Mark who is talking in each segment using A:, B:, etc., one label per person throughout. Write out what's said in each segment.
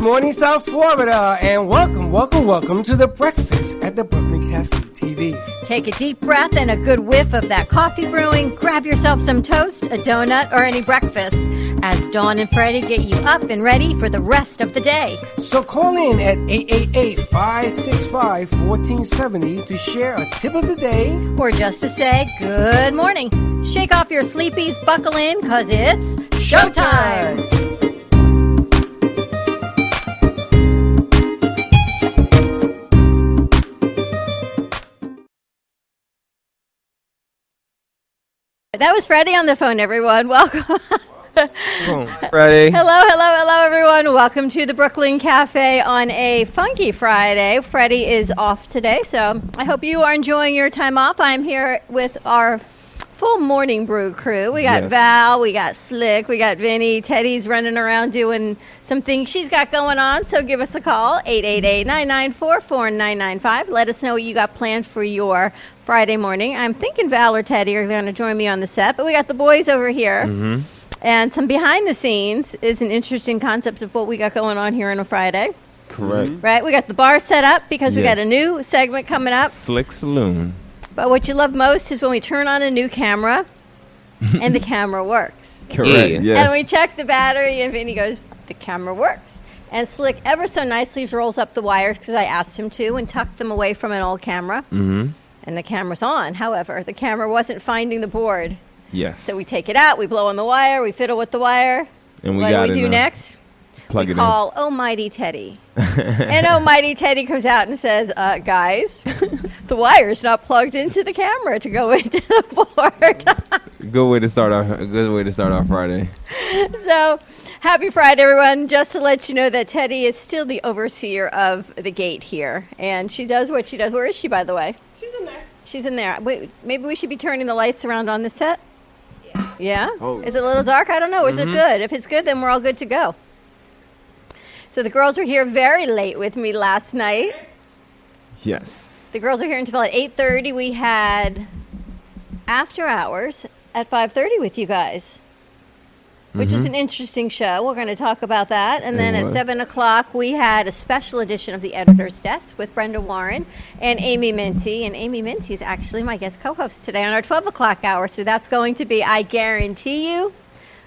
A: morning, South Florida, and welcome, welcome, welcome to the breakfast at the Brooklyn Cafe TV.
B: Take a deep breath and a good whiff of that coffee brewing. Grab yourself some toast, a donut, or any breakfast as Dawn and Freddie get you up and ready for the rest of the day.
A: So call in at 888 565 1470 to share a tip of the day.
B: Or just to say good morning. Shake off your sleepies, buckle in, because it's showtime. That was Freddie on the phone, everyone. Welcome.
C: Friday.
B: Hello, hello, hello, everyone. Welcome to the Brooklyn Cafe on a funky Friday. Freddie is off today, so I hope you are enjoying your time off. I'm here with our full morning brew crew. We got
C: Yes.
B: Val, we got Slick, we got Vinny. Teddy's running around doing some things she's got going on, so give us a call 888 994 4995. Let us know what you got planned for your. Friday morning. I'm thinking Val or Teddy are going to join me on the set, but we got the boys over here.
C: Mm-hmm.
B: And some behind the scenes is an interesting concept of what we got going on here on a Friday.
C: Correct.
B: Right? We got the bar set up because we got a
C: Yes.
B: new segment coming up.
C: Slick Saloon.
B: But what you love most is when we turn on a new camera and the camera works.
C: Correct.
D: Yeah.
C: Yes.
B: And we check the battery, and Vinny goes, The camera works. And Slick ever so nicely rolls up the wires because I asked him to and tucked them away from an old camera. Mm-hmm. And the camera's on. However, the camera wasn't finding the board.
C: yes.
B: So we take it out, we blow on the wire, we fiddle with the wire.
C: And we
B: what
C: got
B: do we
C: it
B: do
C: now.
B: next?
C: plug
B: we
C: it
B: call Almighty Teddy. and Almighty Teddy comes out and says, uh, guys, the wire's not plugged into the camera to go into the board.
C: in. Good way to start our good way to start our Friday.
B: so happy Friday, everyone. Just to let you know that Teddy is still the overseer of the gate here. And she does what she does. Where is she, by the way?
E: She's in there.
B: She's in there. Wait, maybe we should be turning the lights around on the set. Yeah.
C: Oh.
B: Is it a little dark? I don't know. Is it good? If it's good, then we're all good to go. So the girls were here very late with me last night.
C: Yes.
B: The girls are here until at eight thirty. We had after hours at five thirty with you guys, which is an interesting show. We're going to talk about that, and then at
C: was.
B: seven o'clock we had a special edition of the Editor's Desk with Brenda Warren and Amy Minty, and Amy Minty is actually my guest co-host today on our twelve o'clock hour. So that's going to be, I guarantee you,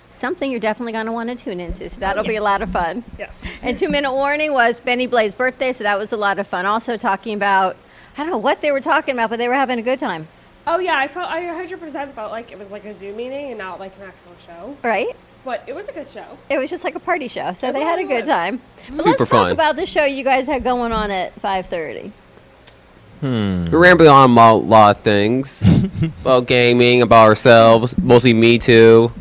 B: something you're definitely going to want to tune into. So that'll be a lot of fun.
E: Yes.
B: And two minute warning was Benny Blaze's birthday, so that was a lot of fun. Also talking about I don't know what they were talking about, but they were having a good time,
E: Oh yeah, I felt I 100% felt like it was like a Zoom meeting and not like an actual show.
B: right?
E: But it was a good show.
B: It was just like a party show, so they had a good time. But
D: Super
B: let's talk
D: fun.
B: about the show you guys had going on at five thirty.
D: We're rambling on about a lot of things. about gaming, about ourselves, mostly me too.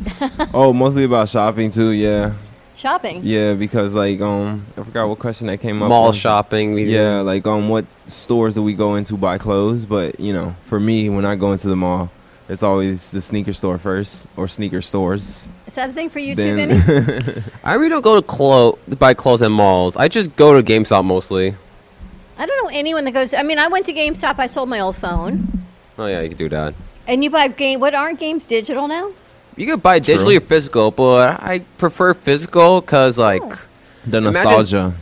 C: Oh, mostly about shopping too. Yeah.
B: Shopping.
C: Yeah, because like um, I forgot what question that came up.
D: Mall
C: with.
D: shopping. We
C: Yeah, like um, what stores do we go into buy clothes? But you know, for me, when I go into the mall, it's always the sneaker store first or sneaker stores.
B: Is that a thing for you too, Benny?
C: Then
D: I really don't go to clo- buy clothes at malls. I just go to GameStop mostly.
B: I don't know anyone that goes I mean, I went to GameStop, I sold my old phone.
D: Oh yeah, you can do that.
B: And you buy game what aren't games digital now?
D: You can buy digitally or physical, but I prefer physical because like.
B: Oh.
C: the
D: Imagine-
C: nostalgia.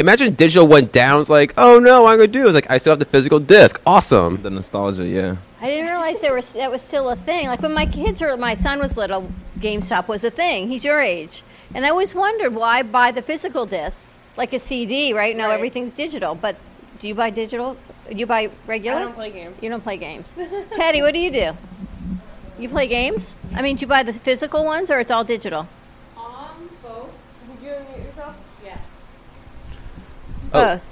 D: Imagine digital went down. It's like, oh no, what I'm gonna do is like, I still have the physical disc. Awesome.
C: The nostalgia, yeah.
B: I didn't realize there was that was still a thing. Like when my kids or my son was little, GameStop was a thing. He's your age, and I always wondered why buy the physical discs like a CD. Right now,
E: Right.
B: everything's digital. But do you buy digital? You buy regular?
E: I don't play games.
B: You don't play games. Teddy, what do you do? You play games? I mean, do you buy the physical ones or it's all digital?
E: Um, both. Did you unmute yourself? Yeah.
D: Oh.
B: Both.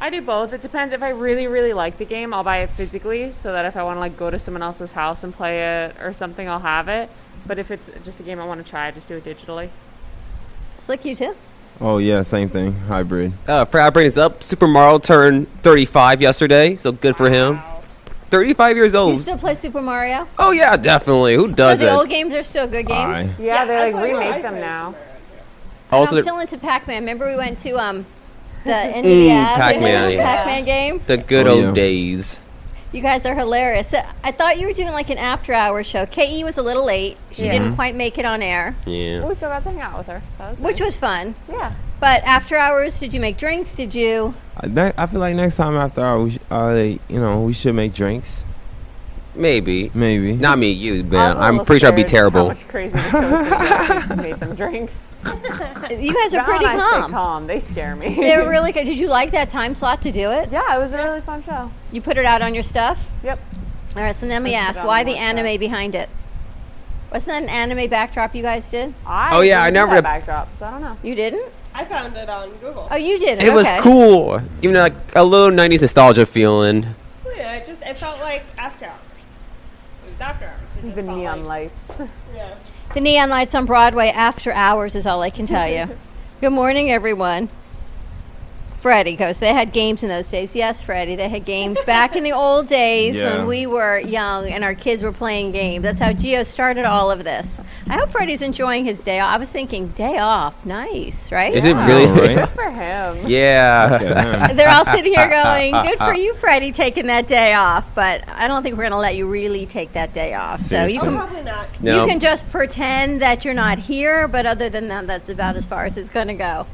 F: I do both. It depends. If I really, really like the game, I'll buy it physically so that if I want to like go to someone else's house and play it or something, I'll have it. But if it's just a game I want to try, I just do it digitally.
B: Slick, you too.
C: Oh yeah, same thing. Hybrid.
D: Uh, Brad brings up Super Mario turned 35 yesterday, so good for him. 35 years
B: You
D: old.
B: still play Super Mario?
D: Oh yeah, definitely. Who
B: So
D: doesn't?
B: the old games are still good games.
C: Aye.
F: Yeah,
E: I
F: they like
E: play- well, I
F: remake them
E: play
F: now.
E: Super Mario.
D: also,
B: I'm
D: the,
B: still into Pac-Man. Remember we went to um the NVIDIA
D: Pac-Man, yes.
B: Pac-Man game.
D: the good
C: Oh,
D: old
C: yeah.
D: days.
B: You guys are hilarious. So, I thought you were doing like an after-hour show. Ke was a little late. She
F: Yeah.
D: Mm-hmm.
B: didn't quite make it on air,
D: Yeah.
F: We still got to hang out with her. That was
B: which was fun.
F: nice. yeah.
B: But after hours, did you make drinks? Did you?
C: I, that, I feel like next time after our, we sh- uh, you know, we should make drinks.
D: Maybe.
C: Maybe.
D: Not me, you,
F: I
D: man.
F: was a
D: I'm
F: little
D: pretty sure I'd be
F: scared How
D: terrible.
F: much crazier this show is gonna be if we made them drinks.
B: You guys are
F: Val
B: pretty
F: and I stay
B: calm.
F: calm. They scare me.
B: They were really good. Did you like that time slot to do it?
F: yeah, it was a really fun show.
B: You put it out on your stuff.
F: Yep.
B: All right. So then we
F: I just
B: asked,
F: forgot
B: why
F: about
B: the
F: that.
B: anime behind it? Wasn't that an anime backdrop you guys did?
F: I
D: Oh, yeah, I
F: didn't do
D: never-
F: that backdrop, so I don't know.
B: You didn't?
E: I found it on Google.
B: Oh, you did.
D: It was
B: okay.
D: cool. Giving it like a little 90s nostalgia feeling.
E: Yeah, it just it felt like after hours. It was after hours. It just
F: The
E: felt
F: neon
E: like,
F: lights.
E: Yeah.
B: The neon lights on Broadway after hours is all I can tell you. Good morning, everyone. Freddie goes, they had games in those days. Yes, Freddie, they had games back in the old days
C: Yeah.
B: when we were young and our kids were playing games. That's how Geo started all of this. I hope Freddie's enjoying his day off. I was thinking, day off, nice, right?
D: Is it
F: Oh.
D: really?
C: All right.
F: Good for him.
D: yeah.
C: Yeah, man.
B: They're all sitting here going, good for you, Freddie, taking that day off. But I don't think we're going to let you really take that day off. So you
C: Seriously.
B: can
E: Probably not.
D: No.
B: You can just pretend that you're not here, but other than that, that's about as far as it's going to go.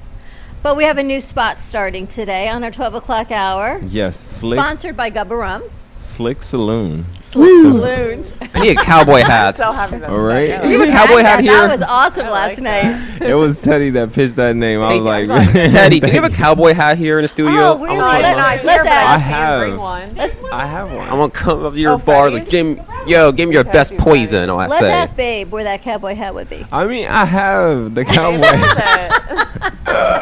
B: But we have a new spot starting today on our 12 o'clock hour.
C: yes, slick,
B: Sponsored by Gubba Rum.
C: slick saloon. Hmm.
B: Slick Saloon.
D: I need a cowboy
F: I'm
D: hat.
F: so happy that's
C: All right.
F: back.
D: You have a
B: That-
D: cowboy hat
B: that,
D: here?
B: That was awesome
F: I
B: last
F: like
B: night.
C: it was Teddy that pitched that name. I
D: Hey,
C: was
F: I'm
C: like,
F: sorry.
D: Teddy, do you have a cowboy hat here in the studio?
B: Oh, really?
D: I wanna
F: Let,
B: Let-
D: come up-
F: not here,
B: let's
F: but I
B: ask-
F: see
C: I
F: you
C: have.
F: Bring one.
B: Let's,
C: uh, I have one.
D: I want to come up to your
F: Oh,
D: bar.
F: Freddy's?
D: Like, give me, yo, give me your
F: Okay,
D: best
F: do
D: poison. All I
B: let's
D: say.
B: ask Babe where that cowboy hat would be.
C: I mean, I have the cowboy.
F: That's it.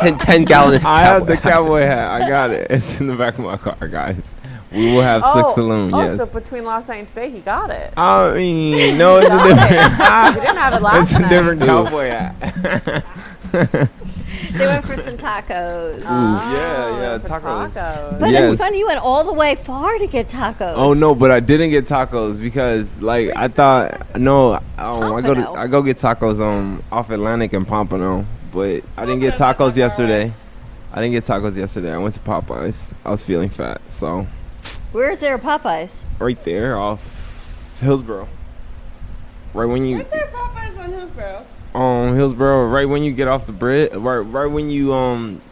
D: Ten, 10 gallon.
C: I have the
D: cowboy. hat.
C: cowboy hat. I got it. It's in the back of my car, guys. We will have
F: oh,
C: Slick Saloon.
F: oh,
C: yes.
F: so between last night and today, he got it.
C: I mean, no, it's a
F: He
C: different.
F: didn't have it last
C: it's a
F: night.
C: different cowboy hat.
B: They went for some tacos.
F: Oh,
C: Yeah, yeah,
F: for
C: tacos.
B: but
C: yes.
B: it's funny, you went all the way far to get tacos.
C: Oh no, but I didn't get tacos because like I thought no, um, I go to
B: Pompano.
C: I go get tacos um off Atlantic and Pompano, but I didn't get tacos
E: Pompano's not that far away.
C: yesterday. I didn't get tacos yesterday. I went to Popeyes. I was feeling fat, so
B: Where is there a Popeyes?
C: right there off Hillsboro. Right when you
E: Is there Popeyes on Hillsboro?
C: um Hillsboro, right when you get off the bridge, right right when you um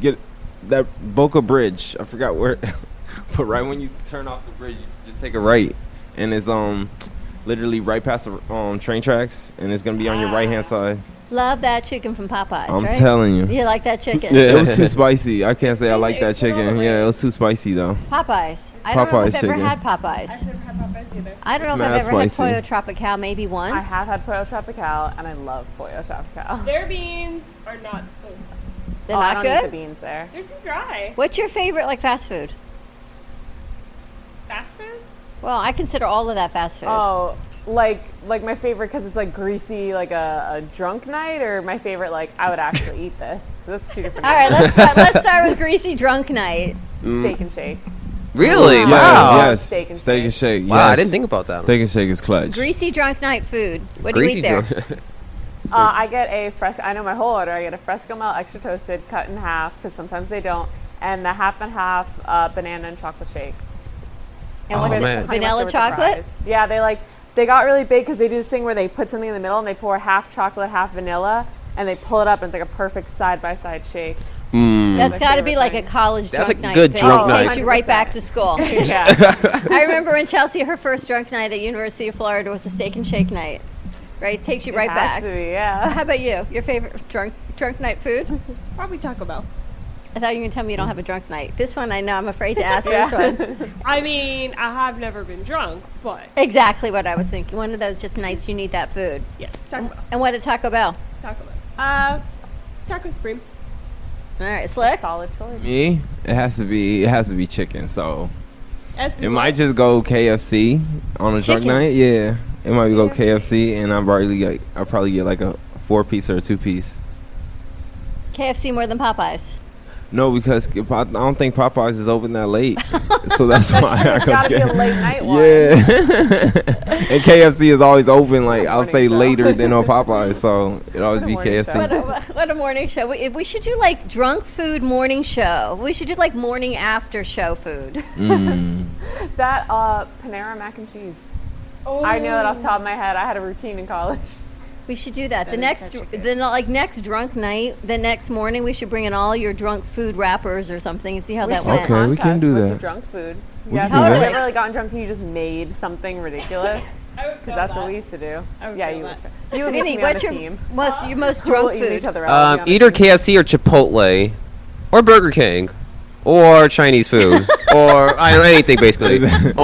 C: get that Boca Bridge. I forgot where, but right when you turn off the bridge, you just take a right, and it's um literally right past the um train tracks, and it's gonna be on your right
F: Ah,
C: hand side.
B: Love that chicken from Popeyes,
C: I'm
B: right?
C: telling you.
B: You like that chicken?
C: Yeah, it was too spicy. I can't say I like that chicken.
E: Probably.
C: Yeah, it was too spicy though.
B: Popeyes. I don't know
C: Popeyes
B: if I've ever
C: chicken.
B: had
E: I've
B: Popeyes.
E: never had Popeyes either.
B: I don't know if
C: Nah,
B: I've
C: that's
B: ever had
C: spicy.
B: Pollo Tropical, maybe once.
F: I have had Pollo Tropical, and I love Pollo Tropical.
E: Their beans are not. Food.
B: They're
F: oh, I
B: not
F: don't eat the
B: good.
F: beans there.
E: They're too dry.
B: What's your favorite like fast food?
E: Fast food.
B: Well, I consider all of that fast food.
F: Oh, like like my favorite because it's like greasy, like a, a drunk night, or my favorite like I would actually eat this. That's two different.
B: All right, let's start, let's start with greasy drunk night.
F: Steak and shake.
D: Really?
C: Yeah,
D: Wow.
C: Yes.
F: Steak and
C: Steak and shake.
D: Wow, I
C: yes.
D: didn't think about that.
C: Steak and shake is clutch.
B: Greasy drunk night food. What do you eat
D: Greasy
B: there?
D: joint.
F: Uh, I get a fresco. I know my whole order. I get a fresco melt, extra toasted, cut in half because sometimes they don't, and the half and half uh, banana and chocolate shake.
B: And what's
D: Oh,
B: it?
D: man.
B: Vanilla
F: Honey mustard with the
B: chocolate?
F: fries. Yeah, they like they got really big because they do this thing where they put something in the middle and they pour half chocolate, half vanilla, and they pull it up and it's like a perfect side by side shake.
B: That's got to
F: favorite
B: be like a
F: thing.
B: college
D: Mm. That's
B: drunk
D: a
B: night.
D: good
B: thing.
D: drunk
B: it
D: night.
B: takes you right back to school.
F: Yeah,
B: I remember when Chelsea, her first drunk night at University of Florida was a steak and shake night. Right? Takes you right
F: Has
B: back.
F: to be, yeah.
B: How about you? Your favorite drunk drunk night food?
E: Probably Taco Bell.
B: I thought you were gonna tell me you don't have a drunk night. This one I know. I'm afraid to ask
F: Yeah.
B: this one.
E: I mean, I have never been drunk, but
B: Exactly what I was thinking. One of those just nights you need that food.
E: yes, Taco Bell.
B: And what at Taco Bell?
E: Taco Bell. Uh, Taco Supreme.
B: All right, slick.
F: Solid choice.
C: Me? It has to be. It has to be chicken. So
E: That's
C: It might just go KFC on a drunk
B: Chicken.
C: night. Yeah, it might go KFC,
F: KFC.
C: and I probably get, I probably get like a four piece or a two piece.
B: KFC more than Popeyes.
C: No, because I don't think Popeyes is open that late, so that's why I
F: It's
C: go
F: gotta be
C: get.
F: a late night one.
C: Yeah, and KFC is always open. Like I'll say
F: Morning,
C: later than on Popeyes, so it always be
F: Morning,
C: KFC.
F: though.
B: What a, what a morning show. We, we should do like drunk food morning show. We should do like morning after show food.
F: That uh, Panera mac and cheese. I know it off the top of my head. I had a routine in college.
B: We should do that.
F: That
B: the
F: is
B: next,
F: such a good-
B: the no- like next drunk night, the next morning, we should bring in all your drunk food wrappers or something and see how
F: We
B: that
F: should do a
B: went.
C: Okay. we can
F: contest
C: do
F: with
C: that.
F: some drunk food.
C: We
F: yeah,
C: can
F: if
B: do
F: you've
B: that.
F: ever like gotten drunk and you just made something ridiculous. Because that's what we used to do.
E: would
F: yeah,
E: feel
F: you.
E: that.
F: Would, you and
B: Vinny,
F: me on
B: what's
F: a
B: your
F: team.
B: most your most
F: We'll
B: drunk
F: eat
B: food?
F: each other out.
D: Um, either KFC or Chipotle, or Burger King, or Chinese food, or I don't know, anything basically,
C: the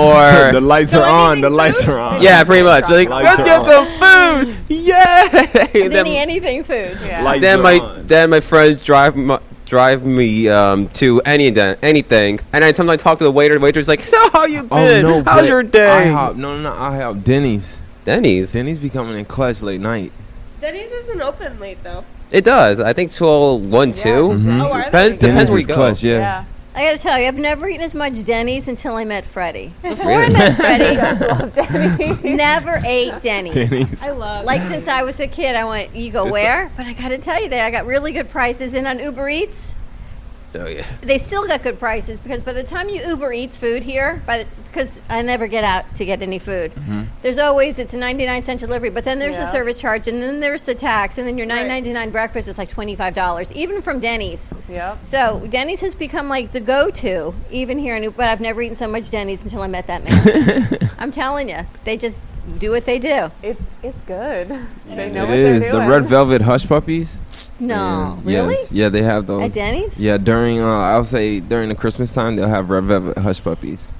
D: or
C: lights
E: So
C: are on. The
E: anything
C: lights
E: food?
C: are on.
D: yeah, pretty much. Like,
C: Lights
D: let's
C: are
D: get some food. Yeah.
B: Vinny,
D: then,
B: anything food.
F: Yeah.
C: Lights
D: then
C: are
D: my
C: on.
D: then my friends drive my, drive me um, to any de- anything, and I sometimes talk to the waiter. The waiter's like, "So how you
C: Oh
D: been?
C: no!
D: How's
C: but
D: your day?"
C: IHOP. No, no, no. IHOP. Denny's.
D: Denny's.
C: Denny's be coming in clutch late night.
E: Denny's isn't open late though.
D: It does. I think 12, 1, 2.
C: Mhm.
E: Oh, are they?
D: Depends,
C: Denny's
D: depends where
C: is
D: you go.
C: clutch. Yeah.
F: Yeah.
B: I gotta tell you, I've never eaten as much Denny's until I met Freddie. Before I met Freddie, never ate Denny's.
C: Denny's.
E: I love.
B: Like since I was a kid, I went. You go
D: It's the-
B: where? But I gotta tell you, that I got really good prices, and on Uber Eats,
D: Oh, yeah.
B: they still got good prices because by the time you Uber Eats food here, by because I never get out to get any food.
D: Mm-hmm.
B: There's always it's a 99 cent delivery, but then there's the
F: Yeah.
B: service charge, and then there's the tax, and then your
F: Right.
B: 9.99 breakfast is like 25 dollars, even from Denny's.
F: Yep.
B: So Denny's has become like the go-to, even here in. New- But I've never eaten so much Denny's until I met that man. I'm telling you, they just do what they do.
F: It's it's good. They know
C: It
F: what they're
C: is the
F: doing. Oh,
C: red velvet hush puppies.
B: No,
C: Yeah.
B: really?
C: Yes. Yeah, they have those.
B: At Denny's?
C: Yeah, during uh, I'll say during the Christmas time they'll have red velvet hush puppies.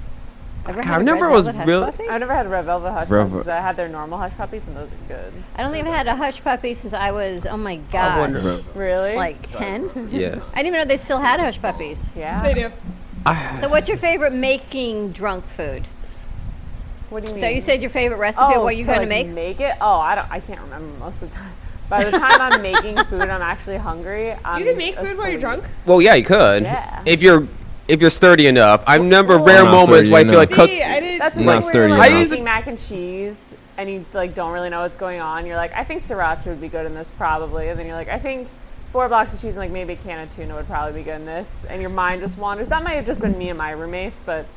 B: Ever
D: God,
B: had
D: I
B: a
D: remember
B: Red
D: it was
B: Velvet Hush
D: really-
B: Puppy?
F: I've never had red velvet hush
C: Red
F: puppies.
C: ve-
F: but I had their normal hush puppies, and those are good.
B: I don't think I've had a hush puppy since I was, oh my
D: I
B: gosh,
D: wonder.
F: Really?
B: like 10.
D: Yeah.
B: I didn't even know they still had hush puppies.
F: yeah.
E: they do.
B: So, what's your favorite making drunk food?
F: What do you mean?
B: So, you said your favorite recipe of what you're going to
F: Oh, like,
B: make?
F: Make it? Oh, I don't. I can't remember most of the time. By the time I'm making food, I'm actually hungry. I'm
E: You can make food while you're
F: asleep.
E: drunk.
D: Well, yeah, you could.
F: Yeah.
D: If you're if you're sturdy enough. I remember
F: Well-
D: rare
C: I'm not
D: moments
C: sturdy
D: where I feel like
C: enough.
D: cook.
E: See, I didn't. Oh,
F: That's
C: Not
F: like when
C: sturdy
F: you're like
D: enough.
F: making mac and cheese and you like don't really know what's going on. You're like, I think sriracha would be good in this probably, and then you're like, I think four blocks of cheese and like maybe a can of tuna would probably be good in this, and your mind just wanders. That might have just been me and my roommates, but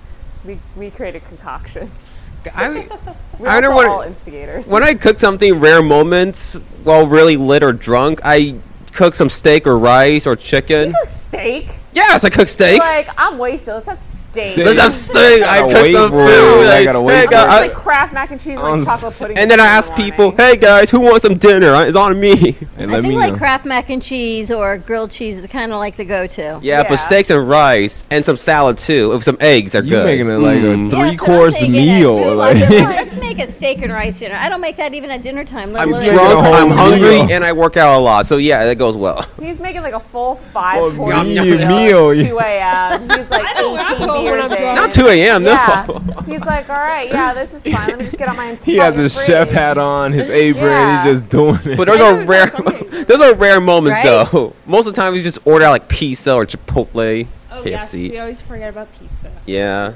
F: we we created concoctions.
D: I,
F: We
D: I
F: were
D: wonder what-
F: all instigators.
D: when I cook something rare moments while really lit or drunk, I cook some steak or rice or chicken.
F: Cook steak.
D: Yes, I cook steak.
F: Like I'm wasted. Let's have steak.
C: Steak.
D: Let's have steak. I
C: Gotta
D: cook
C: wait
D: some
C: for it.
D: food.
C: I
D: like,
C: gotta wait
D: hey,
C: for
D: guy-
C: it.
D: I-
F: It's like Kraft mac and cheese and
C: Um,
F: like chocolate pudding.
D: uh, and then I
F: in the
D: ask
F: morning.
D: people, "Hey guys, who wants some dinner? I- It's on me."
C: And
B: I
C: let
B: think
C: me
B: like
C: know.
B: Kraft mac and cheese or grilled cheese is kind of like the go to.
D: Yeah,
F: Yeah.
D: but steaks and rice and some salad too, with some eggs are
C: You
D: good.
C: making it like a
D: Mm.
C: three course meal.
B: Like,
C: Like,
B: let's make a steak and rice dinner. I don't make that even at dinner time. Let
D: I'm
B: alone
C: making a
D: drunk,
C: whole
D: I'm hungry,
C: meal.
D: and I work out a lot. So yeah, that goes well.
F: He's making like a full five
C: Oh,
F: course
D: meal,
C: meal, yeah.
F: Two a.m. He's like
E: I know where I'm
F: 18
E: going when
F: beers
E: I'm
F: in.
E: drunk.
D: Not 2 a.m. No.
F: Yeah. He's like, all right, yeah, this is fine. Let me just get on my entire.
C: he has his chef hat
D: um,
C: on, his apron,
F: Yeah.
C: he's just doing it.
D: But those
E: I
D: are
E: know
D: rare.
E: it's on Sunday.
D: those are rare moments
B: Right?
D: though. Most of the time, we just order out like pizza or Chipotle,
E: Oh yes,
D: KFC.
E: we always forget about pizza.
D: yeah,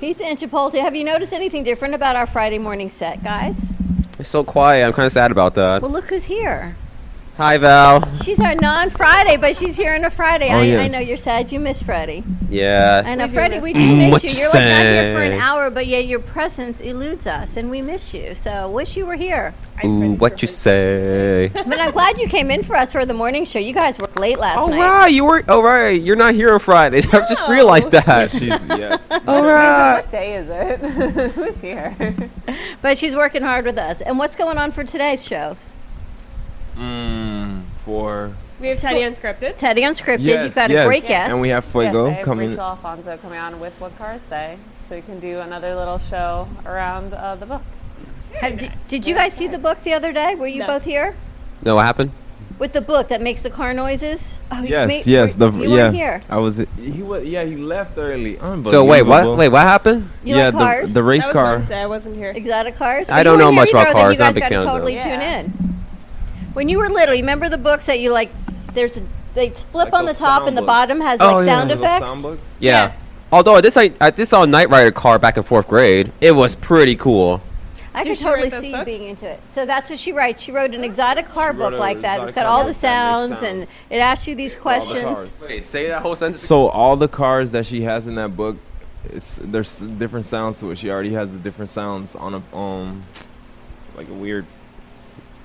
B: Pizza and Chipotle. Have you noticed anything different about our Friday morning set, guys?
D: it's so quiet. I'm kind of sad about that.
B: Well, look who's here.
D: Hi Val.
B: She's our non-Friday, but she's here on a Friday.
C: Oh,
B: I, I
C: yes.
B: know you're sad you miss Freddie. I
D: Yeah.
B: know,
F: do
B: Freddie,
F: miss
B: we
F: you.
B: do
D: Mm,
B: miss
D: what
B: you.
D: you
B: You're like not here for an
D: say?
B: hour, but yet your presence eludes us, and we miss you. So wish you were here.
E: I
D: Ooh,
E: forget
D: what you
E: for-
D: say?
B: But I'm glad you came in for us for the morning show. You guys worked late last
D: Oh
B: night.
D: right, you were. Oh right, you're not here on Fridays. I just
E: Oh.
D: realized that.
C: She's yeah.
D: All right.
F: What day is it? Who's here?
B: But she's working hard with us. And what's going on for today's show?
C: Mm, for
E: We have Teddy unscripted.
B: Teddy Unscripted, you've got a great guest.
C: and we have Fuego
F: yes, I have
C: coming.
F: Rachel Alfonso coming on with What Cars Say, so we can do another little show around uh, the book.
B: Have- did, did you guys see the book the other day? Were you
E: No.
B: both here?
D: No, what happened?
B: With the book that makes the car noises? Oh, you
C: Yes,
B: made-
C: yes, the
B: you
C: yeah.
B: weren't here.
C: I was. He was. Yeah, he left early.
D: So wait, what? Wait, what happened?
B: You
C: yeah,
B: like cars?
C: the the race
E: that was
C: car.
E: Wednesday. I wasn't here.
B: Exotic cars?
D: I
B: You
D: don't know
B: weren't
D: much
B: here
D: about
B: either, then
D: cars.
B: You
D: Not
B: guys
D: a big
B: got to
D: fan of
B: totally
F: those.
B: tune
F: Yeah.
B: in. When you were little, you remember the books that you like, there's a, they flip
C: Like
B: on the
C: those
B: top
C: sound
B: and the
C: books.
B: bottom has
D: Oh,
B: like
D: yeah,
B: sound
C: Those
B: effects.
C: sound books?
D: Yeah.
F: Yes.
D: Although this I, I this saw a Knight Rider car back in fourth grade. It was pretty cool.
B: I
E: Did
B: could
E: she write
B: totally
E: those
B: see you
E: books?
B: being into it. So that's what she writes. She wrote an exotic car
C: She
B: book
C: wrote an
B: like that. It's
C: exotic
B: got
C: car
B: all
C: book
B: the
C: that
B: sounds
C: makes
B: and
C: sounds.
B: it asks you these
C: all the cars.
B: questions.
D: Wait, say that whole sentence.
C: So all the cars that she has in that book, it's, there's different sounds to it. She already has the different sounds on a um, like a weird.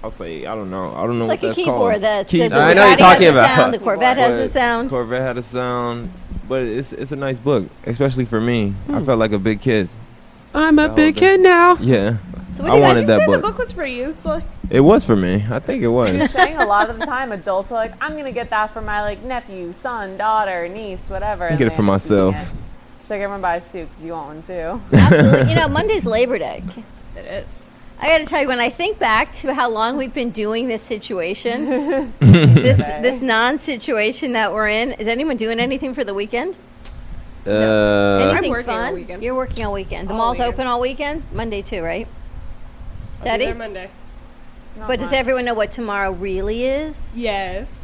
C: I I'll say I don't know. I don't know
B: It's
C: what
B: like a
C: that's
B: keyboard
C: called.
B: that's
C: Key-
B: the
D: I know
B: Bugatti
D: you're talking
B: has a
D: about.
B: sound, the Corvette has a
C: But
B: sound.
C: Corvette had a sound, but it's it's a nice book, especially for me. I felt like a big kid.
D: I'm a
C: Oh,
D: big
C: okay.
D: kid now.
C: Yeah,
B: So
C: I
B: do you
C: wanted
B: guys
C: that
E: The
C: book.
E: book was for you, so
C: It was for me. I think it was.
F: saying a lot of the time adults are like i'm gonna get that for my like nephew son daughter niece whatever and
C: get it
F: they
C: for
F: end up
C: myself.
F: getting it. She's like everyone buys two because you want one too
B: Absolutely. You know, Monday's Labor Day.
E: it is.
B: I got to tell you, when I think back to how long we've been doing this situation, this this non-situation that we're in, is anyone doing anything for the weekend?
C: uh,
B: anything
E: I'm working all
B: fun?
E: weekend.
B: You're working all weekend. The
E: All
B: mall's
E: weekend.
B: open all weekend, Monday too, right?
E: I'll be there
B: Teddy.
E: Monday.
F: Not
B: But does
F: much.
B: everyone know what tomorrow really is?
E: Yes.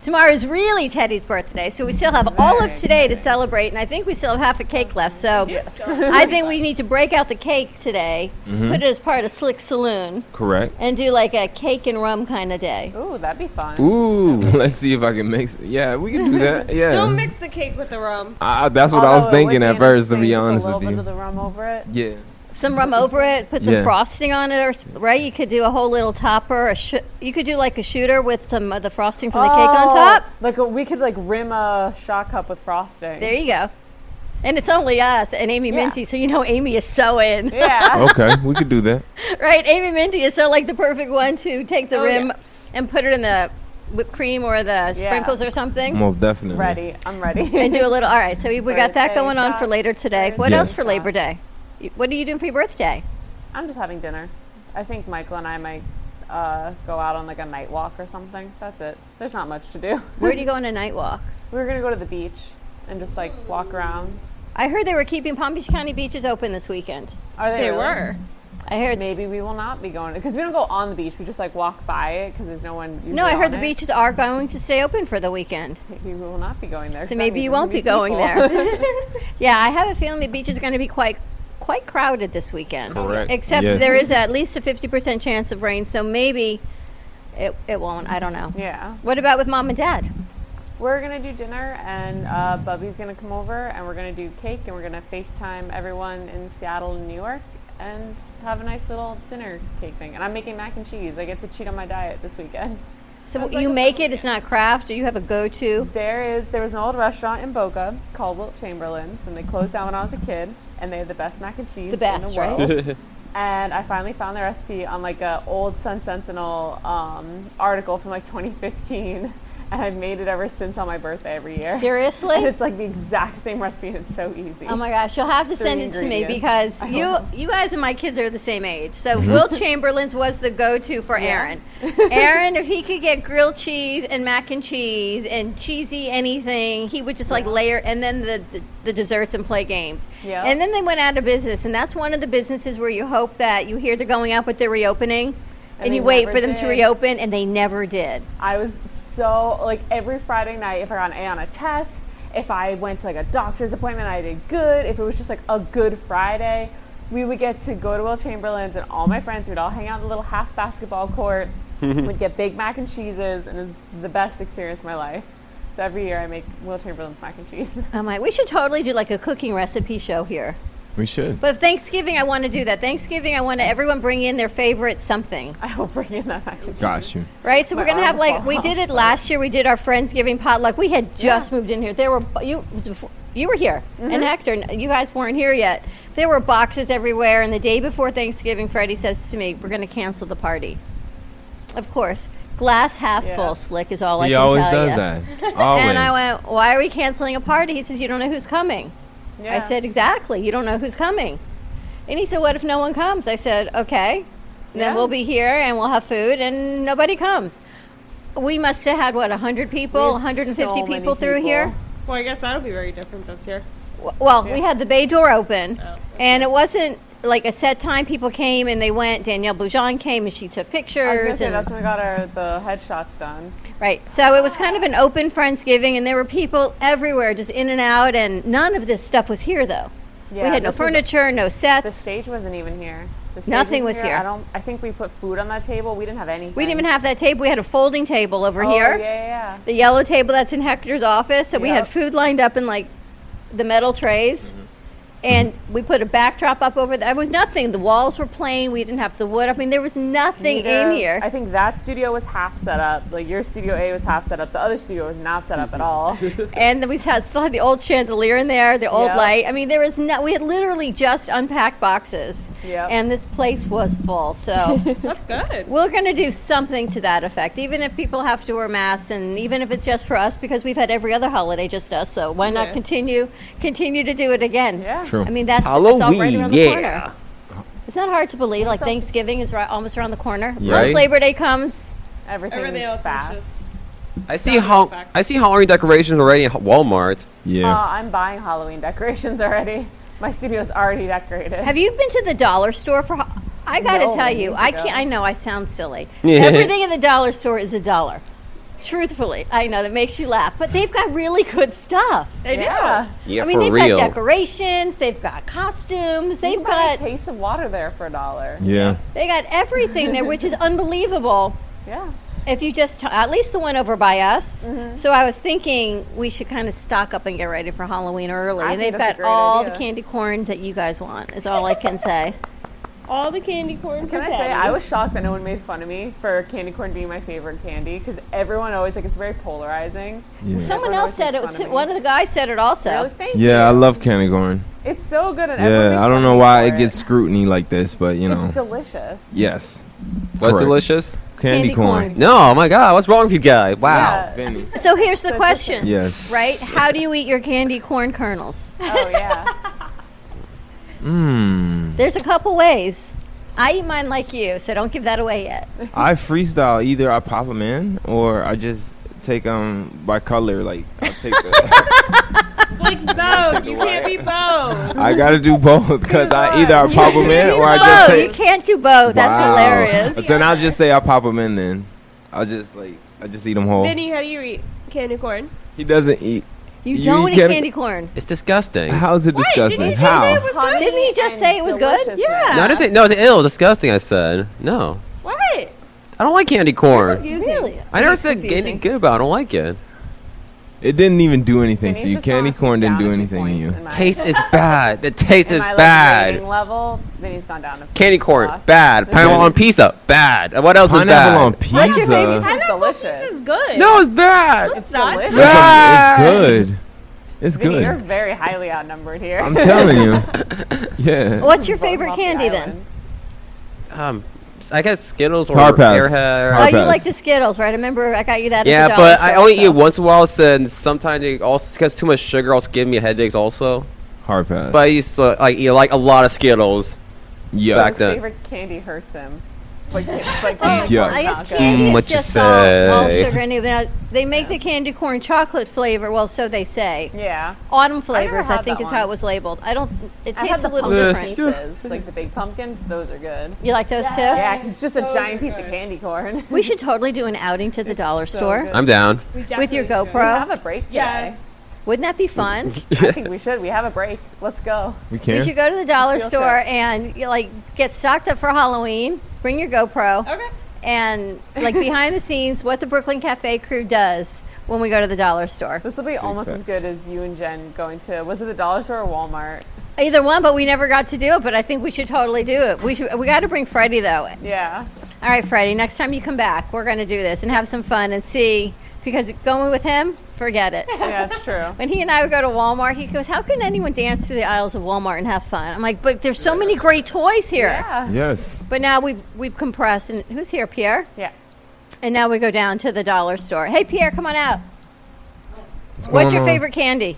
B: Tomorrow is really Teddy's birthday, so we still have all of
F: Right,
B: today to celebrate, and I think we still have half a cake left. So
E: Yes.
B: I think we need to break out the cake today, put it as part of Slick Saloon,
C: correct.
B: and do like a cake and rum kind of day.
F: ooh that'd be fun
C: Ooh, let's see if I can mix. Yeah, we can do that. Yeah,
E: Don't mix the cake with the rum.
C: I, that's what I was
F: Although it would
C: thinking
F: be
C: at first, to
F: interesting,
C: be
F: just
C: honest
F: a little
C: with
F: bit
C: you.
F: of the rum over it
C: yeah,
B: Some rum over it, put some
C: Yeah.
B: frosting on it, or s- right? You could do a whole little topper. A shoo- you could do like a shooter with some of the frosting from the cake on
F: Oh,
B: top.
F: Like a, we could like rim a shot cup with frosting.
B: There you go. And it's only us and Amy
F: Yeah.
B: Minty, so you know Amy is so in,
F: yeah.
C: okay, we could do that.
B: right? Amy Minty is so like the perfect one to take the
E: Oh,
B: rim
E: yes.
B: and put it in the whipped cream or the sprinkles or something.
C: Most definitely.
F: ready. I'm ready.
B: And do a little. All right, so we we got that
F: Birthday
B: going on for
F: shots,
B: later today. What
C: birthday
B: else for
F: shots.
B: Labor Day? You- What are you doing for your birthday?
F: I'm just having dinner. I think Michael and I might uh, go out on like a night walk or something. That's it. There's not much to do.
B: Where do you go on a night walk?
F: We were gonna go to the beach and just like walk around.
B: I heard they were keeping Palm Beach County beaches open this weekend.
F: Are they?
E: They
F: really?
E: were.
B: I heard.
F: Maybe we will not be going because we don't go on the beach. We just like walk by it because there's no one. usually
B: No, I
F: on
B: heard the
F: it.
B: beaches are going to stay open for the weekend.
F: Maybe we will not be going there. 'cause
B: So
F: that
B: maybe
F: means
B: you
F: there's
B: won't be
F: gonna
B: going
F: people.
B: there. yeah, I have a feeling the beach is going to be quite quite crowded this weekend.
C: Correct.
B: Except
C: Yes.
B: there is at least a 50% chance of rain, so maybe it, it won't. I don't know.
F: yeah.
B: What about with mom and dad?
F: We're gonna do dinner, and uh, Bubby's gonna come over, and we're gonna do cake, and we're gonna FaceTime everyone in Seattle and New York, and have a nice little dinner cake thing. And I'm making mac and cheese. I get to cheat on my diet this weekend.
B: So
E: Sounds like
B: you
E: a
B: make
E: fun
B: it, it's not craft, or you have a go to.
F: There is there was an old restaurant in Boca called Wilt Chamberlain's, and they closed down when I was a kid, and they had the best mac and cheese
B: The best,
F: in the
B: right?
F: world. and I finally found the recipe on like a old Sun Sentinel um, article from like 2015, and I've made it ever since on my birthday every year. And
B: Seriously?
F: it's like the exact same recipe, and it's so easy.
B: Oh my gosh, you'll have to send it to me
F: ingredients.
B: because
F: I
B: you
F: will.
B: you guys and my kids are the same age. So Will Chamberlain's was the go to for Aaron. Aaron, if he could get grilled cheese and mac and cheese and cheesy anything, he would just like layer and then the the, the desserts and play games.
F: Yeah.
B: And then they went out of business and that's one of the businesses where you hope that you hear they're going out but they're reopening. And,
F: they
B: you wait
F: never
B: for them to
F: did.
B: reopen, and they never did.
F: I was so like every Friday night if I got an A on a test, if I went to like a doctor's appointment, I did good. If it was just like a good Friday, we would get to go to Will Chamberlain's and all my friends would all hang out in the little half basketball court. would get big mac and cheeses, and it was the best experience of my life. So every year I make Will Chamberlain's mac and cheese.
B: I'm like, we should totally do like a cooking recipe show here.
C: We should.
B: But Thanksgiving, I want to do that. Thanksgiving, I want to everyone bring in their favorite something,
F: I hope we're getting that mac and cheese.
C: Got you.
B: right? So we're
F: My
B: gonna have
F: arm will
B: like we
F: fall
B: did it last year. We did our friendsgiving potluck. We had just moved in here. There were bo- you it was before, you were here, and Hector, n- you guys weren't here yet. There were boxes everywhere. And the day before Thanksgiving, Freddie says to me, "We're gonna cancel the party." Of course, glass half
F: Yeah.
B: full. Slick is all I
C: he
B: can
C: always
B: tell
C: does
B: ya.
C: that. Always.
B: And I went, "Why are we canceling a party?" He says, "You don't know who's coming." I
F: Yeah.
B: said, exactly. You don't know who's coming. And he said, what if no one comes? I said, okay. And Then
F: Yeah.
B: we'll be here and we'll have food and nobody comes. We must have had, what, 100 people,
F: We had
B: 150
F: so many
B: people through here?
E: Well, I guess that'll be very different this year.
B: W- Well, we had the bay door open,
E: okay.
B: and it wasn't like a set time. People came and they went. Danielle Boujon came and she took
F: I was gonna
B: pictures.
F: say,
B: and
F: that's when we got our the headshots done.
B: Right. So it was kind of an open Friendsgiving, and there were people everywhere, just in and out, and none of this stuff was here, though. we
F: Yeah,
B: had no
F: this was-
B: furniture, no sets.
F: The stage wasn't even here. The stage
B: Nothing
F: wasn't
B: was here.
F: I don't. I think we put food on that table. We didn't have anything.
B: We didn't even have that table. We had a folding table over
F: oh,
B: here,
F: Yeah, yeah,
B: the yellow table that's in Hector's office. So we had
F: Yep.
B: food lined up in like the metal trays. and we put a backdrop up over there. It was nothing. The walls were plain. We didn't have the wood. I mean, there was nothing
F: Neither-
B: in here.
F: I think that studio was half set up. Like your studio A was half set up. The other studio was not set up at all.
B: and then we had, still had the old chandelier in there, the old
F: Yeah.
B: light. I mean, there was no. We had literally just unpacked boxes,
F: Yep.
B: and this place was full. So
G: That's good.
B: we're going to do something to that effect, even if people have to wear masks, and even if it's just for us, because we've had every other holiday just us. So why not
G: Yeah.
B: continue continue to do it again?
F: Yeah.
C: True.
B: I mean, that's it's all right
D: Halloween,
B: around the
D: yeah.
B: corner. It's not hard to believe. Like Thanksgiving is right, almost around the corner.
D: Right.
B: Once Labor Day comes,
F: Everything,
E: Everything
F: is
E: else
F: fast.
E: is just.
D: I see how I see Halloween decorations already at Walmart.
F: Uh,
C: Yeah.
F: I'm buying Halloween decorations already. My studio's already decorated.
B: have you been to the dollar store for? ho- I got to
F: No, I
B: tell
F: need
B: you,
F: to
B: I
F: go.
B: can't. I know I sound silly.
D: Yeah.
B: Everything in the dollar store is a dollar. Truthfully, I know that makes you laugh, but they've got really good stuff.
E: They do.
F: yeah.
D: Yeah,
B: I mean,
D: for
B: they've
D: real.
B: got decorations, they've got costumes,
F: You
B: they've
F: can buy
B: got
F: a case of water there for a dollar.
C: Yeah.
B: they got everything there, which is unbelievable.
F: Yeah.
B: If you just, t- at least the one over by us.
F: Mm-hmm.
B: So I was thinking we should kind of stock up and get ready for Halloween early.
F: I
B: and
F: think
B: they've
F: that's
B: got
F: a great
B: all the
F: idea.
B: candy corns that you guys want, is all I can say.
E: All the candy corn.
F: Can I say I was shocked that no one made fun of me for candy corn being my favorite candy because everyone always like it's very polarizing.
B: Someone
C: Yeah.
F: Everyone
B: else
F: always
B: said
F: makes
B: it,
F: fun
B: too.
F: of me.
B: one of the guys said it also.
F: Really? Thank
C: Yeah, I
F: you.
C: love candy corn.
F: It's so good. And everyone
C: Yeah,
F: makes
C: I
F: fun
C: don't
F: of
C: know
F: me
C: why
F: for
C: it gets scrutiny like this, but you know.
F: It's delicious.
C: Yes.
D: What's
C: Correct.
D: delicious?
C: Candy,
B: Candy
C: corn.
B: corn.
D: No, oh my God, what's wrong with you guys? Wow.
F: Yeah.
C: Benny.
B: So here's the question,
C: Yes.
B: right? How do you eat your candy corn kernels?
F: Oh yeah.
D: Mm.
C: Mmm.
B: There's a couple ways. I eat mine like you, so don't give that away yet.
C: I freestyle. Either I pop them in, or I just take them by color. Like I'll take. The,
E: Slick's both. You can't be both.
C: I gotta do both because I
F: one.
C: either I pop them in or I just
B: Oh, you
C: take.
B: can't do both. That's
C: Wow.
B: hilarious.
C: Then I'll just say I pop them in. Then I'll just like I just eat them whole.
E: Vinny, how do you eat candy corn?
C: He doesn't eat.
B: You
C: You
B: don't
C: eat
B: eat
C: candy-
B: candy corn.
D: It's disgusting.
C: How is it disgusting? How?
B: good? Didn't he just
F: and
B: say it was good?
F: deliciousness.
E: Yeah.
D: No, I didn't say, no, it's ill, disgusting. I said no.
E: What?
D: I don't like candy corn.
B: Really?
D: I never
B: It's
D: said anything
B: confusing.
D: good about. it. I don't like it.
C: It didn't even do anything
F: Vinny's
C: to you.
F: just
C: Candy
F: gone
C: corn didn't
F: down
C: do
F: a few
C: anything to
F: points
C: you.
F: in my-
D: Taste is bad. The taste
F: in
D: is
F: my, like,
D: bad.
F: rating level, Vinny's gone down. a few
D: Candy corn,
F: spots.
D: bad. Pineapple on pizza, bad. Uh, What else is bad?
C: Pineapple on
B: What's your favorite
C: pizza.
F: It's
G: This
F: delicious.
G: is good.
D: No, it's bad.
F: It's
G: not.
F: delicious.
C: It's a- It's good. It's
F: Vinny, You're
C: good.
F: very highly outnumbered here.
C: I'm telling you. Yeah.
B: What's your
F: Bottom
B: favorite
F: off the
B: candy
F: island.
B: then?
D: Um, I guess Skittles or
C: Hard pass.
D: Airhead.
B: Oh,
C: Hard
B: you
C: pass.
B: like the Skittles, right? I remember I got you that. at the
D: Yeah,
B: dollar
D: but I
B: store,
D: only
B: so.
D: eat it once in a while, and sometimes it also because too much sugar also give me headaches also.
C: Hard pass.
D: But I used to like eat like a lot of Skittles.
C: yeah.
D: back
F: His
D: then.
F: favorite candy hurts him. But, ca- but candy
C: Yeah.
F: corn's
B: Oh, I
F: not
B: guess
F: good.
B: candy
D: Mm,
B: is
D: what you
B: just all, all
D: say.
B: sugar and now they make the candy corn chocolate flavor. Well, so they say.
F: Yeah.
B: Autumn flavors, I,
F: had
B: think,
F: that
B: is how
F: one.
B: it was labeled. I don't. It
F: I
B: tastes a
F: had the
B: little
F: pumpkin
B: different.
F: pieces, like the big pumpkins. Those are good.
B: You like those too?
F: Yeah, 'cause it's just a
E: Those
F: giant
E: are
F: piece of
E: good.
F: candy corn.
B: We should totally do an outing to the dollar
F: so
B: store
F: good.
D: I'm down.
E: We
B: with your
E: definitely should.
F: We
B: GoPro.
F: have a break today.
E: Yes.
B: Wouldn't that be fun?
F: I think we should. We have a break. Let's go.
C: We
B: We
C: can.
B: should go to the dollar
F: field
B: store
F: trip.
B: and you, like get stocked up for Halloween. Bring your GoPro
E: Okay.
B: and like behind the scenes, what the Brooklyn Cafe crew does when we go to the dollar store.
F: This will be almost as
C: facts.
F: good as you and Jen going to was it the dollar store or Walmart?
B: Either one, but we never got to do it. But I think we should totally do it. We should. We got to bring Freddie though.
F: Yeah.
B: All right, Freddie. Next time you come back, we're going to do this and have some fun and see. Because going with him, forget it.
F: Yeah, it's true.
B: When he and I would go to Walmart, he goes, "How can anyone dance through the aisles of Walmart and have fun?" I'm like, "But there's so many great toys here."
F: Yeah.
C: Yes.
B: But now we've we've compressed, and who's here, Pierre?
F: Yeah.
B: And now we go down to the dollar store. Hey, Pierre, come on out. What's
C: going
B: your
C: on?
B: favorite candy?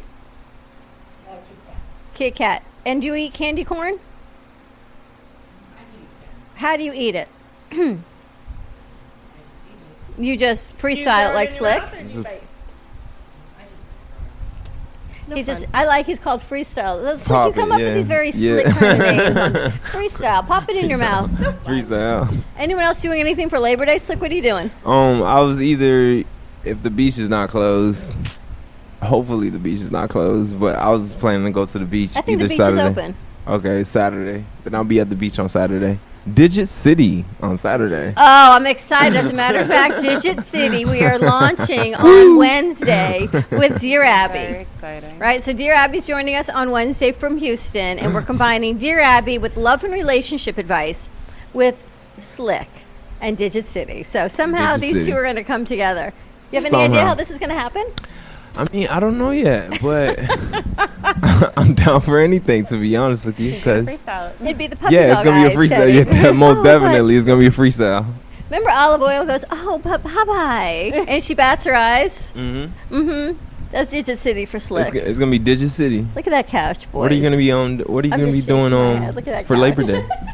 B: Kit Kat. And do you eat candy corn? How do you eat it? you just freestyle it like Slick. He's just, I like, he's called freestyle. That's Slick, you
C: Pop
B: come
C: it,
B: up
C: yeah.
B: with these very
C: Yeah.
B: slick kind of names. on- freestyle, pop it in your mouth.
C: Freestyle.
B: Anyone else doing anything for Labor Day? Slick, what are you doing?
C: Um, I was either if the beach is not closed. Hopefully the beach is not closed, but I was planning to go to the beach
B: I think
C: either
B: the beach
C: Saturday.
B: is open.
C: Okay, Saturday. Then I'll be at the beach on Saturday. Digit City on Saturday.
B: Oh, I'm excited. As a matter of fact, Digit City, we are launching on Wednesday with Dear
F: Very
B: Abby.
F: exciting.
B: Right, so Dear Abby's joining us on Wednesday from Houston, and we're combining Dear Abby with love and relationship advice with Slick and Digit City. So somehow
C: Digit
B: these
C: City.
B: two are going to come together. You have any idea
C: Somehow.
B: how this is going to happen?
C: I mean, I don't know yet, but I'm down for anything to be honest with you. Cause
F: Freestyle.
B: It'd be the puppy
C: yeah, it's
B: dog
C: gonna be a
B: eyes,
C: freestyle.
B: Teddy.
C: Yeah, de- most
B: Oh, but-
C: definitely, it's gonna be a freestyle.
B: Remember, olive oil goes, oh, but bye and she bats her eyes.
C: Mm-hmm.
B: Mm-hmm. That's Digit City for Slick.
C: It's, go- it's gonna be Digit City.
B: Look at that couch, boys.
C: What are you gonna be on? What are you
B: I'm
C: gonna be
B: just
C: doing
B: shaking my
C: on
B: head. Look at that
C: for Labor
B: couch.
C: Day?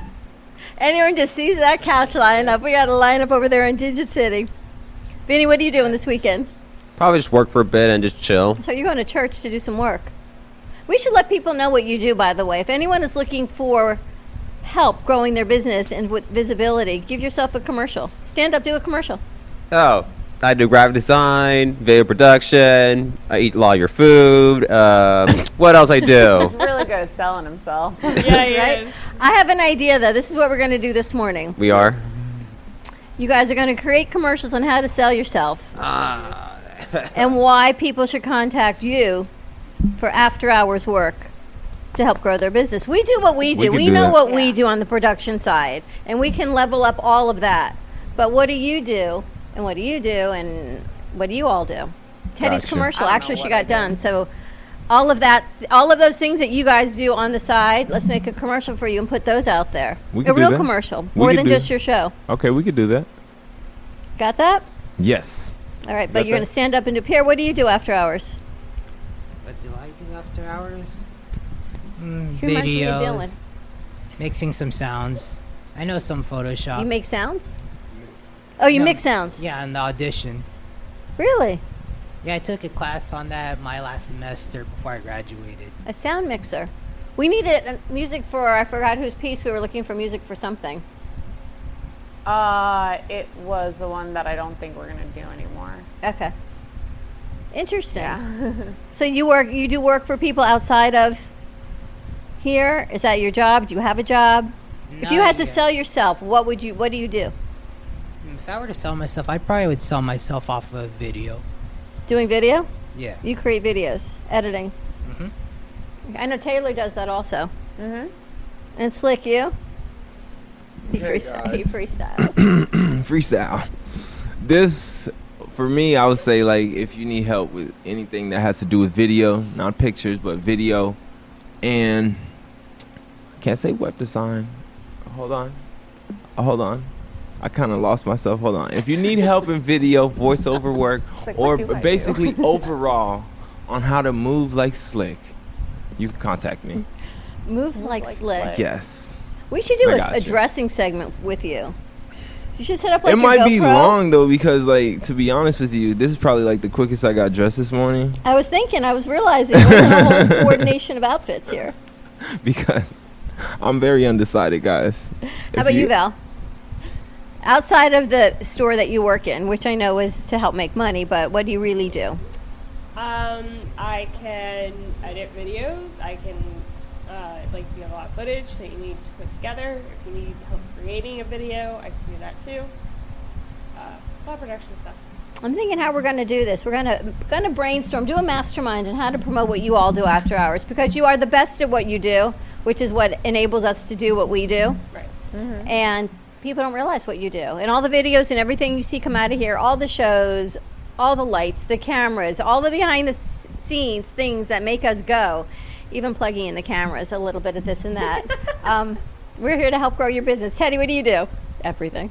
B: Anyone just sees that couch lining up. We got a lineup over there in Digit City. Vinny, what are you doing this weekend?
D: Probably just work for a bit and just chill.
B: So you're going to church to do some work. We should let people know what you do, by the way. If anyone is looking for help growing their business and with visibility, give yourself a commercial. Stand up, do a commercial.
D: Oh, I do graphic design, video production. I eat a lot of your food. Uh, what else I do?
F: He's really good at selling himself.
E: Yeah, he
B: Right?
E: is.
B: I have an idea, though. This is what we're going to do this morning.
D: We are.
B: You guys are going to create commercials on how to sell yourself
C: Ah.
B: and why people should contact you for after hours work to help grow their business. We do what we do.
C: We
B: We,
C: can do
B: know
C: that.
B: what we do on the production side and we can level up all of that. But what do you do and what do you do and what do you all do? Teddy's
C: Gotcha.
B: commercial
F: I don't know
B: actually she
F: what
B: got
F: I do.
B: done. So all of that all of those things that you guys do on the side, let's make a commercial for you and put those out there.
C: We
B: a
C: can do
B: real
C: that.
B: commercial,
C: We
B: more
C: can
B: than
C: do-
B: just your show.
C: Okay, we could do that.
B: Got that?
C: Yes.
B: All right, but
C: Got
B: you're
C: that.
B: going to stand up and do. Pierre, what do you do after hours?
G: What do I do after hours? Mm,
B: He reminds me of Dylan.
G: mixing some sounds. I know some Photoshop.
B: You make sounds? Oh, you
G: uh, No.
B: make sounds?
G: yeah, in the audition.
B: Really?
G: Yeah, I took a class on that my last semester before I graduated.
B: A sound mixer. We needed uh, music for, I forgot whose piece, we were looking for music for something.
F: Uh, it was the one that I don't think we're gonna do anymore.
B: Okay. Interesting.
F: Yeah.
B: So you work, you do work for people outside of here? Is that your job? Do you have a job? if you
G: Not
B: had to
G: yet.
B: sell yourself, what would you, what do you do?
G: if I were to sell myself, I probably would sell myself off of video.
B: Doing video?
G: Yeah.
B: You create videos, editing.
G: Mhm.
C: Mm-hmm.
B: I know Taylor does that also.
F: Mhm.
B: And Slick, you? He, freestyle, he freestyles.
C: freestyle. This, for me, I would say like if you need help with anything that has to do with video, not pictures, but video, and can't say web design. Hold on, Uh, hold on. I kind of lost myself. Hold on. If you need help in video, voiceover work,
F: like,
C: or
F: what do I do?
C: basically overall on how to move like slick, you can contact me.
B: Moves like,
F: like
B: Slick.
F: Slick.
C: Yes.
B: We should do
C: I
B: a,
C: got
B: a
C: you.
B: dressing segment with you. You should set up like
C: it
B: your
C: might be
B: GoPro.
C: long though because like to be honest with you, this is probably like the quickest I got dressed this morning.
B: I was thinking, I was realizing we're in a whole coordination of outfits here.
C: because I'm very undecided, guys.
B: How about you, Val? Outside of the store that you work in, which I know is to help make money, but what do you really do?
E: Um, I can edit videos. I can, uh, like, you have a lot of footage that you need to put together. If you need help creating a video, I can do that too. Uh, a lot of production stuff.
B: I'm thinking how we're going to do this. We're going to going to brainstorm, do a mastermind on how to promote what you all do after hours because you are the best at what you do, which is what enables us to do what we do.
E: Right.
B: and people don't realize what you do. And all the videos and everything you see come out of here, all the shows, all the lights, the cameras, all the behind the s- scenes things that make us go, even plugging in the cameras, a little bit of this and that. um, we're here to help grow your business. Teddy, what do you do? Everything.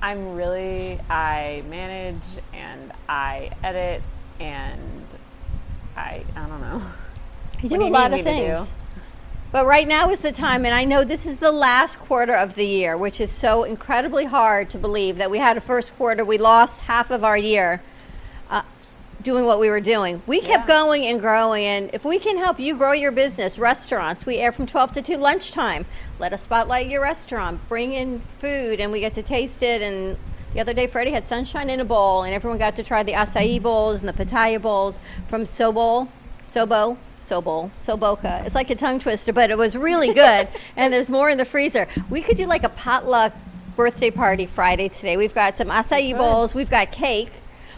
F: I'm really I manage and I edit and I I don't know.
B: You
F: What
B: do
F: do
B: a
F: you
B: lot
F: need
B: of
F: me to do?
B: things. But right now is the time, and I know this is the last quarter of the year, which is so incredibly hard to believe that we had a first quarter. We lost half of our year uh, doing what we were doing. We kept
F: Yeah.
B: going and growing, and if we can help you grow your business, restaurants, we air from 12 to 2 lunchtime. Let us spotlight your restaurant, bring in food, and we get to taste it. And the other day, Freddie had sunshine in a bowl, and everyone got to try the acai bowls and the pitaya bowls from Sobol, Sobo Sobol, Soboka. It's like a tongue twister, but it was really good. and there's more in the freezer. We could do like a potluck birthday party Friday today. We've got some acai bowls. We've got cake.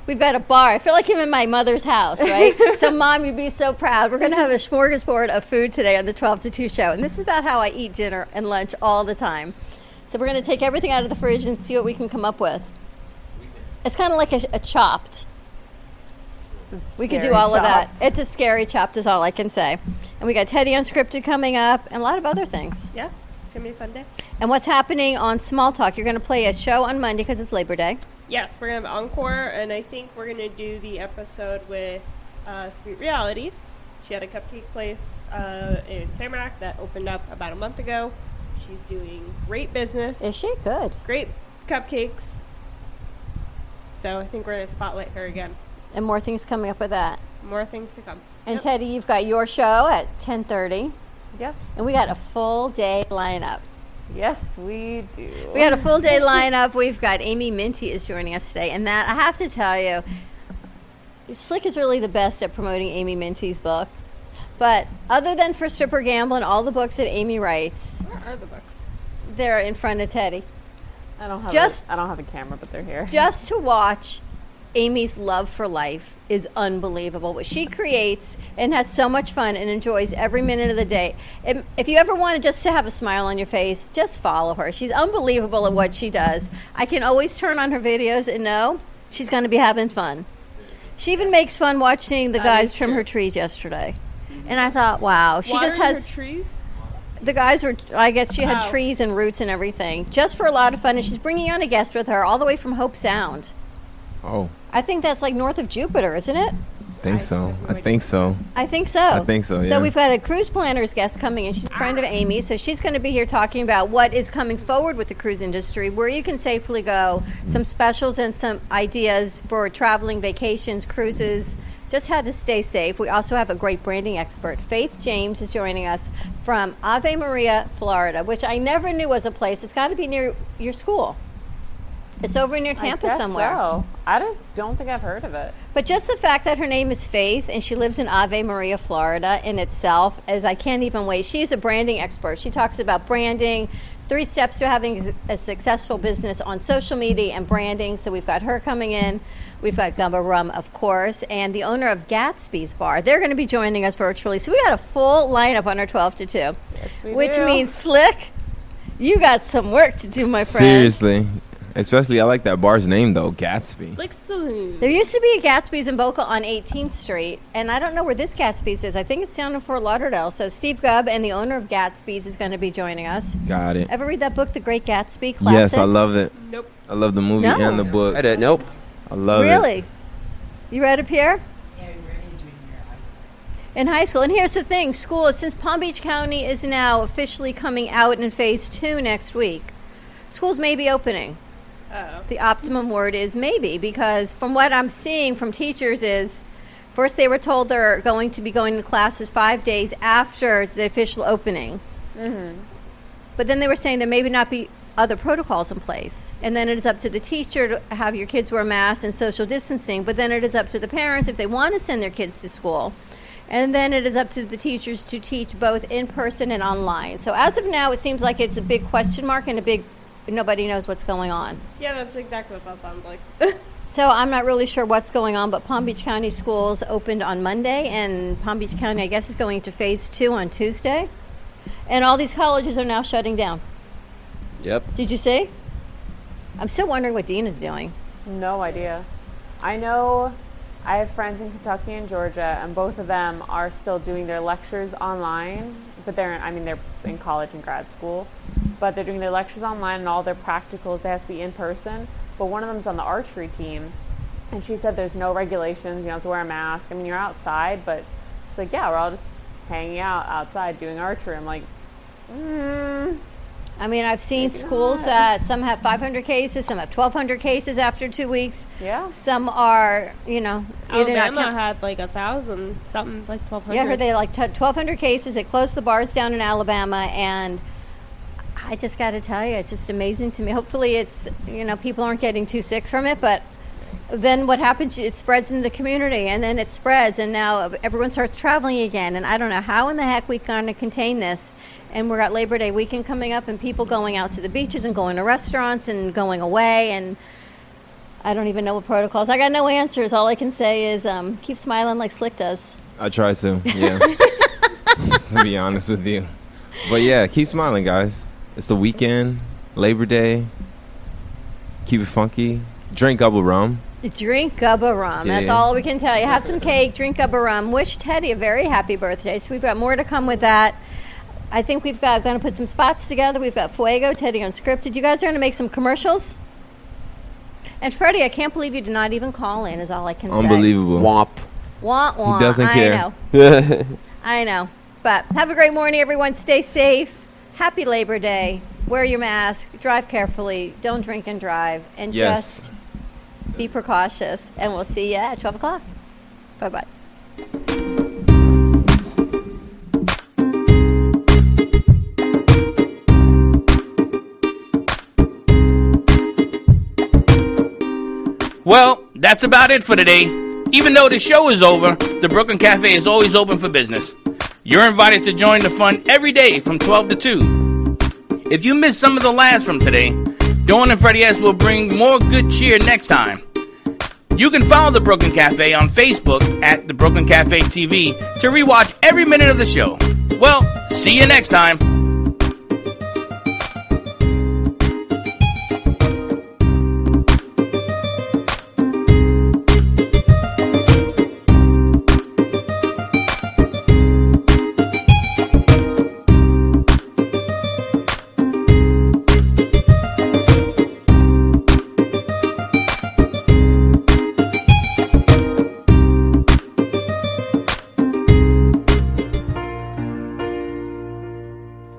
B: We've got a bar. I feel like I'm in my mother's house, right? so, mom, you'd be so proud. We're going to have a smorgasbord of food today on the 12 to 2 show. And this is about how I eat dinner and lunch all the time. So, we're going to take everything out of the fridge and see what we can come up with. It's kind of like a, a chopped. We could do all of that. It's a scary chopped, is all I can say. And we got Teddy Unscripted coming up and a lot of other things.
E: Yeah, it's gonna be a fun day.
B: And what's happening on Small Talk? You're going to play a show on Monday because it's Labor Day.
E: Yes, we're gonna have encore, and I think we're gonna do the episode with uh, Sweet Realities. She had a cupcake place uh, in Tamarack that opened up about a month ago. She's doing great business.
B: Is she good?
E: Great cupcakes. So I think we're gonna spotlight her again.
B: And more things coming up with that.
E: More things to come.
B: And
E: Yep.
B: Teddy, you've got your show at 10:30,
F: Yep.
B: and we got a full day lineup.
F: Yes, we do.
B: We had a full day lineup. We've got Amy Minty is joining us today, and that I have to tell you, Slick is really the best at promoting Amy Minty's book. But other than for Stripper Gamble and all the books that Amy writes,
E: Where are the books?
B: they're in front of Teddy.
F: I don't have
B: Just-
F: a, I don't have a camera, but they're here.
B: just to watch Amy's love for life is unbelievable. What she creates and has so much fun and enjoys every minute of the day. If if you ever wanted just to have a smile on your face, just follow her. She's unbelievable at what she does. I can always turn on her videos and know she's going to be having fun. She even makes fun watching the guys trim her trees yesterday. And I thought, wow, she just
E: Watering
B: has
E: her trees.
B: the guys were i guess she had
E: Oh.
B: trees and roots and everything just for a lot of fun and she's bringing on a guest with her all the way from hope sound
C: Oh,
B: i think that's like north of jupiter isn't it
C: think so. I think so.
B: i think so
C: I think so,
B: so
C: yeah.
B: we've got a cruise planners guest coming in she's a friend of amy so she's going to be here talking about what is coming forward with the cruise industry where you can safely go some specials and some ideas for traveling vacations cruises just how to stay safe. We also have a great branding expert. Faith James is joining us from Ave Maria, Florida, which I never knew was a place. It's got to be near your school. It's over near
F: I
B: Tampa
F: guess
B: somewhere.
F: So. I don't, don't think I've heard of it.
B: But just the fact that her name is Faith and she lives in Ave Maria, Florida, in itself is I can't even wait. She's a branding expert. She talks about branding, three steps to having a successful business on social media and branding. So we've got her coming in. We've got Gumba Rum, of course, and the owner of Gatsby's Bar. They're going to be joining us virtually. So we got a full lineup on our 12 to 2. Yes,
F: we
B: which
F: do.
B: means, Slick, you got some work to do, my friend.
C: Seriously, especially I like that bar's name though, Gatsby.
E: Like saloon.
B: There used to be a Gatsby's in Boca on 18th Street, and I don't know where this Gatsby's is. I think it's down in Fort Lauderdale. So Steve Gubb and the owner of Gatsby's is going to be joining us.
C: Got it.
B: Ever read that book, The Great Gatsby? Classics?
C: Yes, I love it.
E: Nope.
C: I love the movie
B: No.
C: and the book.
D: I didn't. Nope.
C: I love it.
B: Really? You read it, Pierre?
G: Yeah, we ran into it in your high school.
B: in high school. And here's the thing: school since Palm Beach County is now officially coming out in phase two next week, schools may be opening.
E: Oh.
B: The optimum word is maybe because from what I'm seeing from teachers is. First, they were told they're going to be going to classes five days after the official opening. But then they were saying there may not be other protocols in place. And then it is up to the teacher to have your kids wear masks and social distancing. But then it is up to the parents if they want to send their kids to school. And then it is up to the teachers to teach both in person and online. So as of now, it seems like it's a big question mark and a big nobody knows what's going on.
E: Yeah, that's exactly what that sounds like.
B: So I'm not really sure what's going on, but Palm Beach County schools opened on Monday, and Palm Beach County, I guess, is going to phase two on Tuesday. And all these colleges are now shutting down.
D: Yep.
B: Did you see? I'm still wondering what Dean is doing.
F: No idea. I know I have friends in Kentucky and Georgia, and both of them are still doing their lectures online. But they're, I mean, they're in college and grad school, but they're doing their lectures online and all their practicals. They have to be in person. But one of them's on the archery team, and she said there's no regulations. You don't have to wear a mask. I mean, you're outside, but it's like, yeah, we're all just hanging out outside doing archery. I'm like, mm,
B: I mean, I've seen schools
F: not.
B: that some have 500 cases, some have 1,200 cases after two weeks.
F: yeah.
B: Some are, you know, either
E: Alabama
B: not. count-
E: Oh, had like a thousand, something like twelve hundred.
B: yeah, I heard they had like t- 1,200 cases. They closed the bars down in Alabama, and I just got to tell you, it's just amazing to me. Hopefully, it's you know people aren't getting too sick from it, but then what happens? It spreads in the community, and then it spreads, and now everyone starts traveling again. And I don't know how in the heck we're going to contain this. And we're at Labor Day weekend coming up, and people going out to the beaches and going to restaurants and going away, and I don't even know what protocols. I got no answers. All I can say is um, keep smiling like Slick does.
C: I try to, yeah. to be honest with you. But yeah, keep smiling, guys. It's the weekend, Labor Day. Keep it funky. Drink double rum.
B: Drink Gubba rum. That's
C: Yeah.
B: all we can tell you. Have some cake, drink Gubba rum. Wish Teddy a very happy birthday. So we've got more to come with that. I think we've got going to put some spots together. We've got Fuego, Teddy Unscripted. You guys are going to make some commercials. And Freddie, I can't believe you did not even call in. Is all I can
C: Unbelievable.
D: Womp.
B: say. Womp womp.
C: doesn't care.
B: I know. I know. But have a great morning, everyone. Stay safe. Happy Labor Day. Wear your mask. Drive carefully. Don't drink and drive. And
C: Yes.
B: just be precautious. And we'll see you at 12 o'clock. Bye bye.
H: Well, that's about it for today. Even though the show is over, the Brooklyn Cafe is always open for business. You're invited to join the fun every day from 12 to 2. If you missed some of the laughs from today, Dawn and Freddie S will bring more good cheer next time. You can follow the Brooklyn Cafe on Facebook at the Brooklyn Cafe TV to rewatch every minute of the show. Well, see you next time.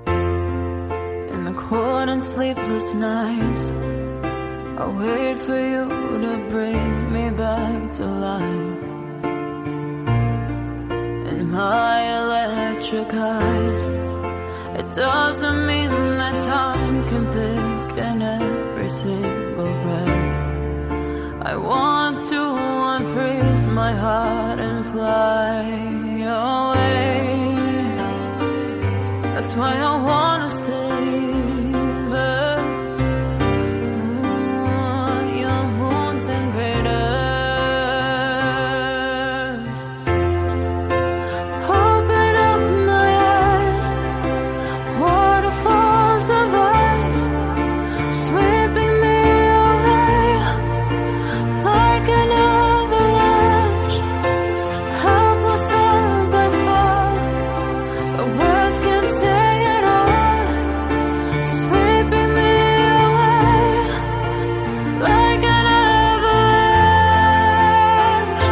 I: In the cold and sleepless nights, I wait for you to bring me back to life. In my electric eyes, it doesn't mean that time can thicken every single breath. I want to unfreeze my heart and fly away. That's why I wanna savor Ooh, your moons and craters. Open up my eyes, waterfalls of ice, sweeping me away like an avalanche. Helpless as I fall. The words can't say it all, sweeping me away like an avalanche,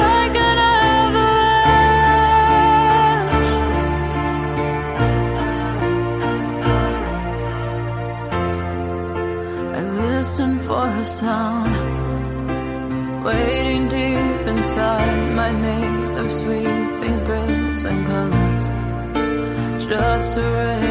I: like an avalanche. I listen for a sound waiting deep inside my maze of sweeping thrills and colors. Just a ray